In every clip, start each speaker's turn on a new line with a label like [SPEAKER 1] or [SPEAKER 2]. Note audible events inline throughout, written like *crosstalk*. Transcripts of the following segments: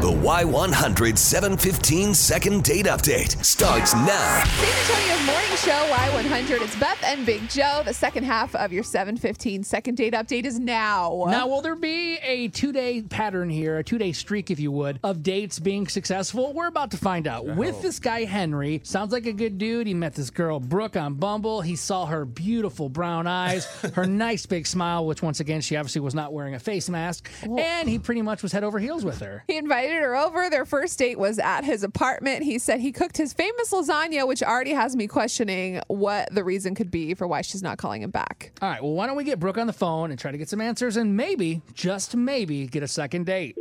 [SPEAKER 1] The Y100 715 second date update starts now.
[SPEAKER 2] San Antonio's morning show, Y100. It's Beth and Big Joe. The second half of your 715 second date update is now.
[SPEAKER 3] Now, will there be a two day pattern here, a two day streak, if you would, of dates being successful? We're about to find out. With this guy, Henry, sounds like a good dude. He met this girl, Brooke, on Bumble. He saw her beautiful brown eyes, her nice big smile, which, once again, she obviously was not wearing a face mask. And he pretty much was head over heels with her.
[SPEAKER 2] He invited her over. Their first date was at his apartment. He said he cooked his famous lasagna, which already has me questioning what the reason could be for why she's not calling him back.
[SPEAKER 3] All right, well, why don't we get Brooke on the phone and try to get some answers and maybe, just maybe, get a second date?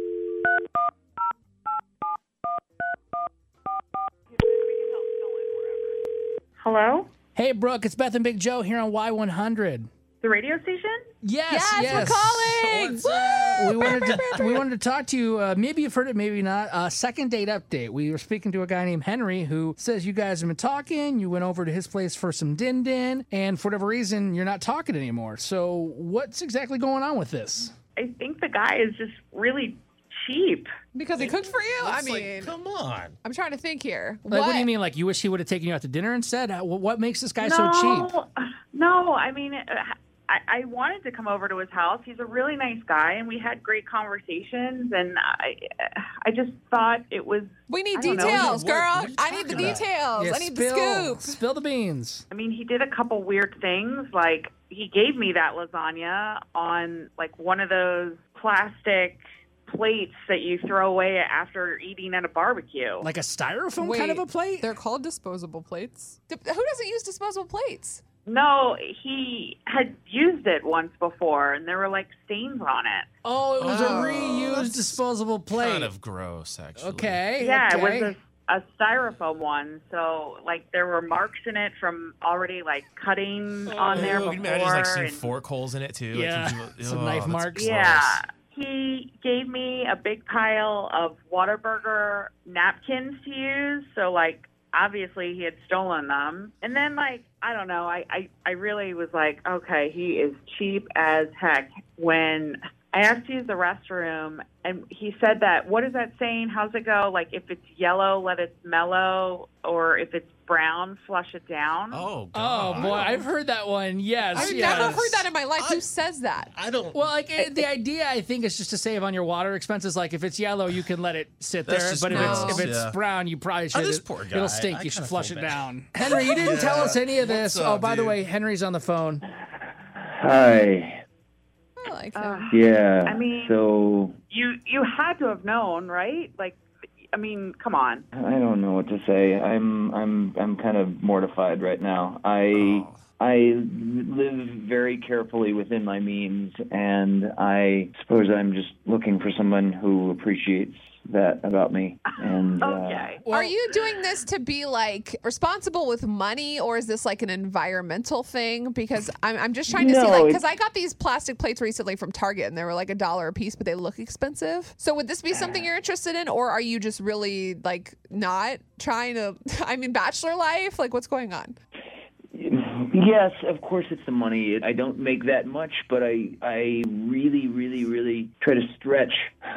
[SPEAKER 4] Hello?
[SPEAKER 3] Hey, Brooke, it's Beth and Big Joe here on Y100.
[SPEAKER 4] The radio station?
[SPEAKER 3] Yes, yes,
[SPEAKER 2] Yes, we're calling. Woo!
[SPEAKER 3] we wanted to we wanted to talk to you. Uh, maybe you've heard it, maybe not. Uh, second date update. We were speaking to a guy named Henry who says you guys have been talking. You went over to his place for some din din, and for whatever reason, you're not talking anymore. So what's exactly going on with this?
[SPEAKER 4] I think the guy is just really cheap.
[SPEAKER 2] Because he cooked for you? I
[SPEAKER 5] It's like,
[SPEAKER 2] mean,
[SPEAKER 5] come on.
[SPEAKER 2] I'm trying to think here.
[SPEAKER 3] Like, what? do you mean? Like you wish he would have taken you out to dinner instead? How- wh- What makes this guy so cheap?
[SPEAKER 4] No, I mean, I, I wanted to come over to his house. He's a really nice guy, and we had great conversations, and I, I just thought it was,
[SPEAKER 2] We need
[SPEAKER 4] I don't know.
[SPEAKER 2] details,
[SPEAKER 5] What-
[SPEAKER 2] girl.
[SPEAKER 5] what are you
[SPEAKER 2] I need the
[SPEAKER 5] talking about?
[SPEAKER 2] details.
[SPEAKER 3] Yeah,
[SPEAKER 2] I need
[SPEAKER 3] spill,
[SPEAKER 2] the scoop.
[SPEAKER 3] Spill the beans.
[SPEAKER 4] I mean, he did a couple weird things. Like, he gave me that lasagna on, like, one of those plastic plates that you throw away after eating at a barbecue.
[SPEAKER 3] Like a styrofoam kind of a plate.
[SPEAKER 2] They're called disposable plates. Who doesn't use disposable plates?
[SPEAKER 4] No, he had used it once before, and there were like stains on it.
[SPEAKER 3] Oh, it was
[SPEAKER 5] Oh,
[SPEAKER 3] a reused
[SPEAKER 5] that's
[SPEAKER 3] disposable plate.
[SPEAKER 5] Kind of gross, actually.
[SPEAKER 3] Okay.
[SPEAKER 4] Yeah,
[SPEAKER 3] okay.
[SPEAKER 4] it was a, a styrofoam one, so like there were marks in it from already like cutting on there
[SPEAKER 5] Ooh,
[SPEAKER 4] before.
[SPEAKER 5] Can you imagine like seeing
[SPEAKER 4] and-
[SPEAKER 5] fork holes in it too?
[SPEAKER 3] Yeah,
[SPEAKER 5] Like, can you-
[SPEAKER 3] some
[SPEAKER 5] oh,
[SPEAKER 3] knife
[SPEAKER 5] that's
[SPEAKER 3] marks.
[SPEAKER 4] yeah,
[SPEAKER 5] gross.
[SPEAKER 4] Uh, he gave me a big pile of Whataburger napkins to use, so like obviously he had stolen them. And then like I don't know, I I, I really was like, okay, he is cheap as heck when. I asked to use the restroom, and he said that. What is that saying? How's it go? Like, if it's yellow, let it mellow, or if it's brown, flush it down.
[SPEAKER 5] Oh,
[SPEAKER 3] Oh
[SPEAKER 5] God.
[SPEAKER 3] boy, I've heard that one. Yes,
[SPEAKER 2] I've
[SPEAKER 3] yes.
[SPEAKER 2] never heard that in my life.
[SPEAKER 5] I-
[SPEAKER 2] Who says that?
[SPEAKER 5] I don't.
[SPEAKER 3] Well, like it, the idea, I think, is just to save on your water expenses. Like if it's yellow, you can let it sit
[SPEAKER 5] That's
[SPEAKER 3] there,
[SPEAKER 5] just
[SPEAKER 3] but if it's
[SPEAKER 5] gross.
[SPEAKER 3] if it's
[SPEAKER 5] Yeah. Oh,
[SPEAKER 3] brown, you probably should.
[SPEAKER 5] this poor guy.
[SPEAKER 3] It'll stink.
[SPEAKER 5] I
[SPEAKER 3] you should
[SPEAKER 5] kinda
[SPEAKER 3] flush it
[SPEAKER 5] feel bad. *laughs*
[SPEAKER 3] down. Henry, you didn't tell us any of this.
[SPEAKER 5] What's
[SPEAKER 3] oh,
[SPEAKER 5] up,
[SPEAKER 3] by the
[SPEAKER 5] dude?
[SPEAKER 3] way, Henry's on the phone.
[SPEAKER 6] Hi.
[SPEAKER 2] I like that.
[SPEAKER 4] Ugh.
[SPEAKER 6] Yeah.
[SPEAKER 4] I mean-
[SPEAKER 6] so
[SPEAKER 4] you you had to have known, right? Like, I mean, come on.
[SPEAKER 6] I don't know what to say. I'm I'm I'm kind of mortified right now. I
[SPEAKER 5] Oh.
[SPEAKER 6] I live very carefully within my means, and I suppose I'm just looking for someone who appreciates that about me. And uh,
[SPEAKER 4] Okay.
[SPEAKER 3] Well,
[SPEAKER 2] Are you doing this to be like responsible with money, or is this like an environmental thing? Because I'm, I'm just trying to see,
[SPEAKER 6] No,
[SPEAKER 2] like,
[SPEAKER 6] it-
[SPEAKER 2] because I got these plastic plates recently from Target and they were like a dollar a piece, but they look expensive. So would this be something you're interested in, or are you just really like not trying to? *laughs* I mean, bachelor life, like, what's going on?
[SPEAKER 6] uh, yes, of course it's the money. I don't make that much, but I I really really really try to stretch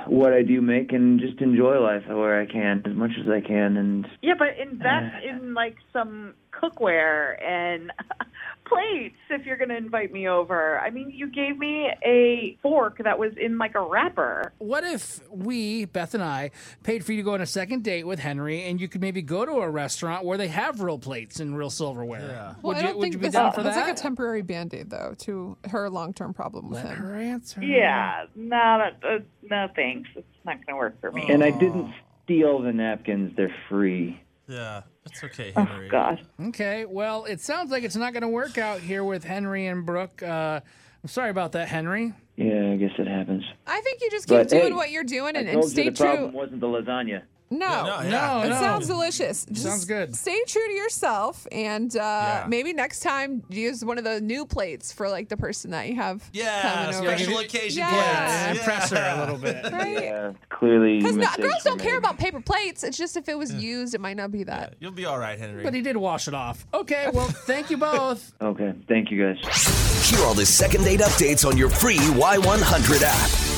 [SPEAKER 6] what I do make and just enjoy life where I can as much as I can and
[SPEAKER 4] Yeah, but invest in like some cookware and *laughs* plates if you're going to invite me over. I mean, you gave me a fork that was in like a wrapper.
[SPEAKER 3] What if we, Beth and I, paid for you to go on a second date with Henry, and you could maybe go to a restaurant where they have real plates and real silverware?
[SPEAKER 5] Yeah.
[SPEAKER 3] Would you, would you be down for that?
[SPEAKER 2] temporary band aid, though, to her long term problem with
[SPEAKER 3] Let her answer.
[SPEAKER 4] Yeah, no, that, uh, no, thanks. It's not going to work for me.
[SPEAKER 2] Oh.
[SPEAKER 6] And I didn't steal the napkins. They're free.
[SPEAKER 5] Yeah, that's okay, Henry.
[SPEAKER 4] Oh, God.
[SPEAKER 3] Okay, well, it sounds like it's not going to work out here with Henry and Brooke. Uh, I'm sorry about that, Henry.
[SPEAKER 6] Yeah, I guess it happens.
[SPEAKER 2] I think you just keep
[SPEAKER 6] But,
[SPEAKER 2] doing
[SPEAKER 6] hey,
[SPEAKER 2] what you're doing
[SPEAKER 6] I
[SPEAKER 2] and, and
[SPEAKER 6] told
[SPEAKER 2] stay
[SPEAKER 6] you the
[SPEAKER 2] true.
[SPEAKER 6] problem wasn't the lasagna.
[SPEAKER 2] No,
[SPEAKER 5] No, yeah.
[SPEAKER 3] No,
[SPEAKER 2] It
[SPEAKER 3] no.
[SPEAKER 2] sounds delicious. Just
[SPEAKER 3] Sounds good.
[SPEAKER 2] Stay true to yourself, and uh,
[SPEAKER 5] Yeah.
[SPEAKER 2] maybe next time use one of the new plates for like the person that you have.
[SPEAKER 5] Yeah,
[SPEAKER 2] coming over.
[SPEAKER 5] special occasion
[SPEAKER 2] Yeah.
[SPEAKER 5] plates.
[SPEAKER 3] And press her a little bit.
[SPEAKER 2] Right?
[SPEAKER 6] Yeah, Uh, clearly.
[SPEAKER 2] Because
[SPEAKER 6] mistakes
[SPEAKER 2] girls
[SPEAKER 6] were
[SPEAKER 2] don't care
[SPEAKER 6] made.
[SPEAKER 2] about paper plates. It's just if it was used, it might not be that.
[SPEAKER 5] You'll be all right, Henry.
[SPEAKER 3] But he did wash it off. Okay, well, thank you both.
[SPEAKER 6] Okay, thank you guys.
[SPEAKER 1] Hear all the second date updates on your free Y100 app.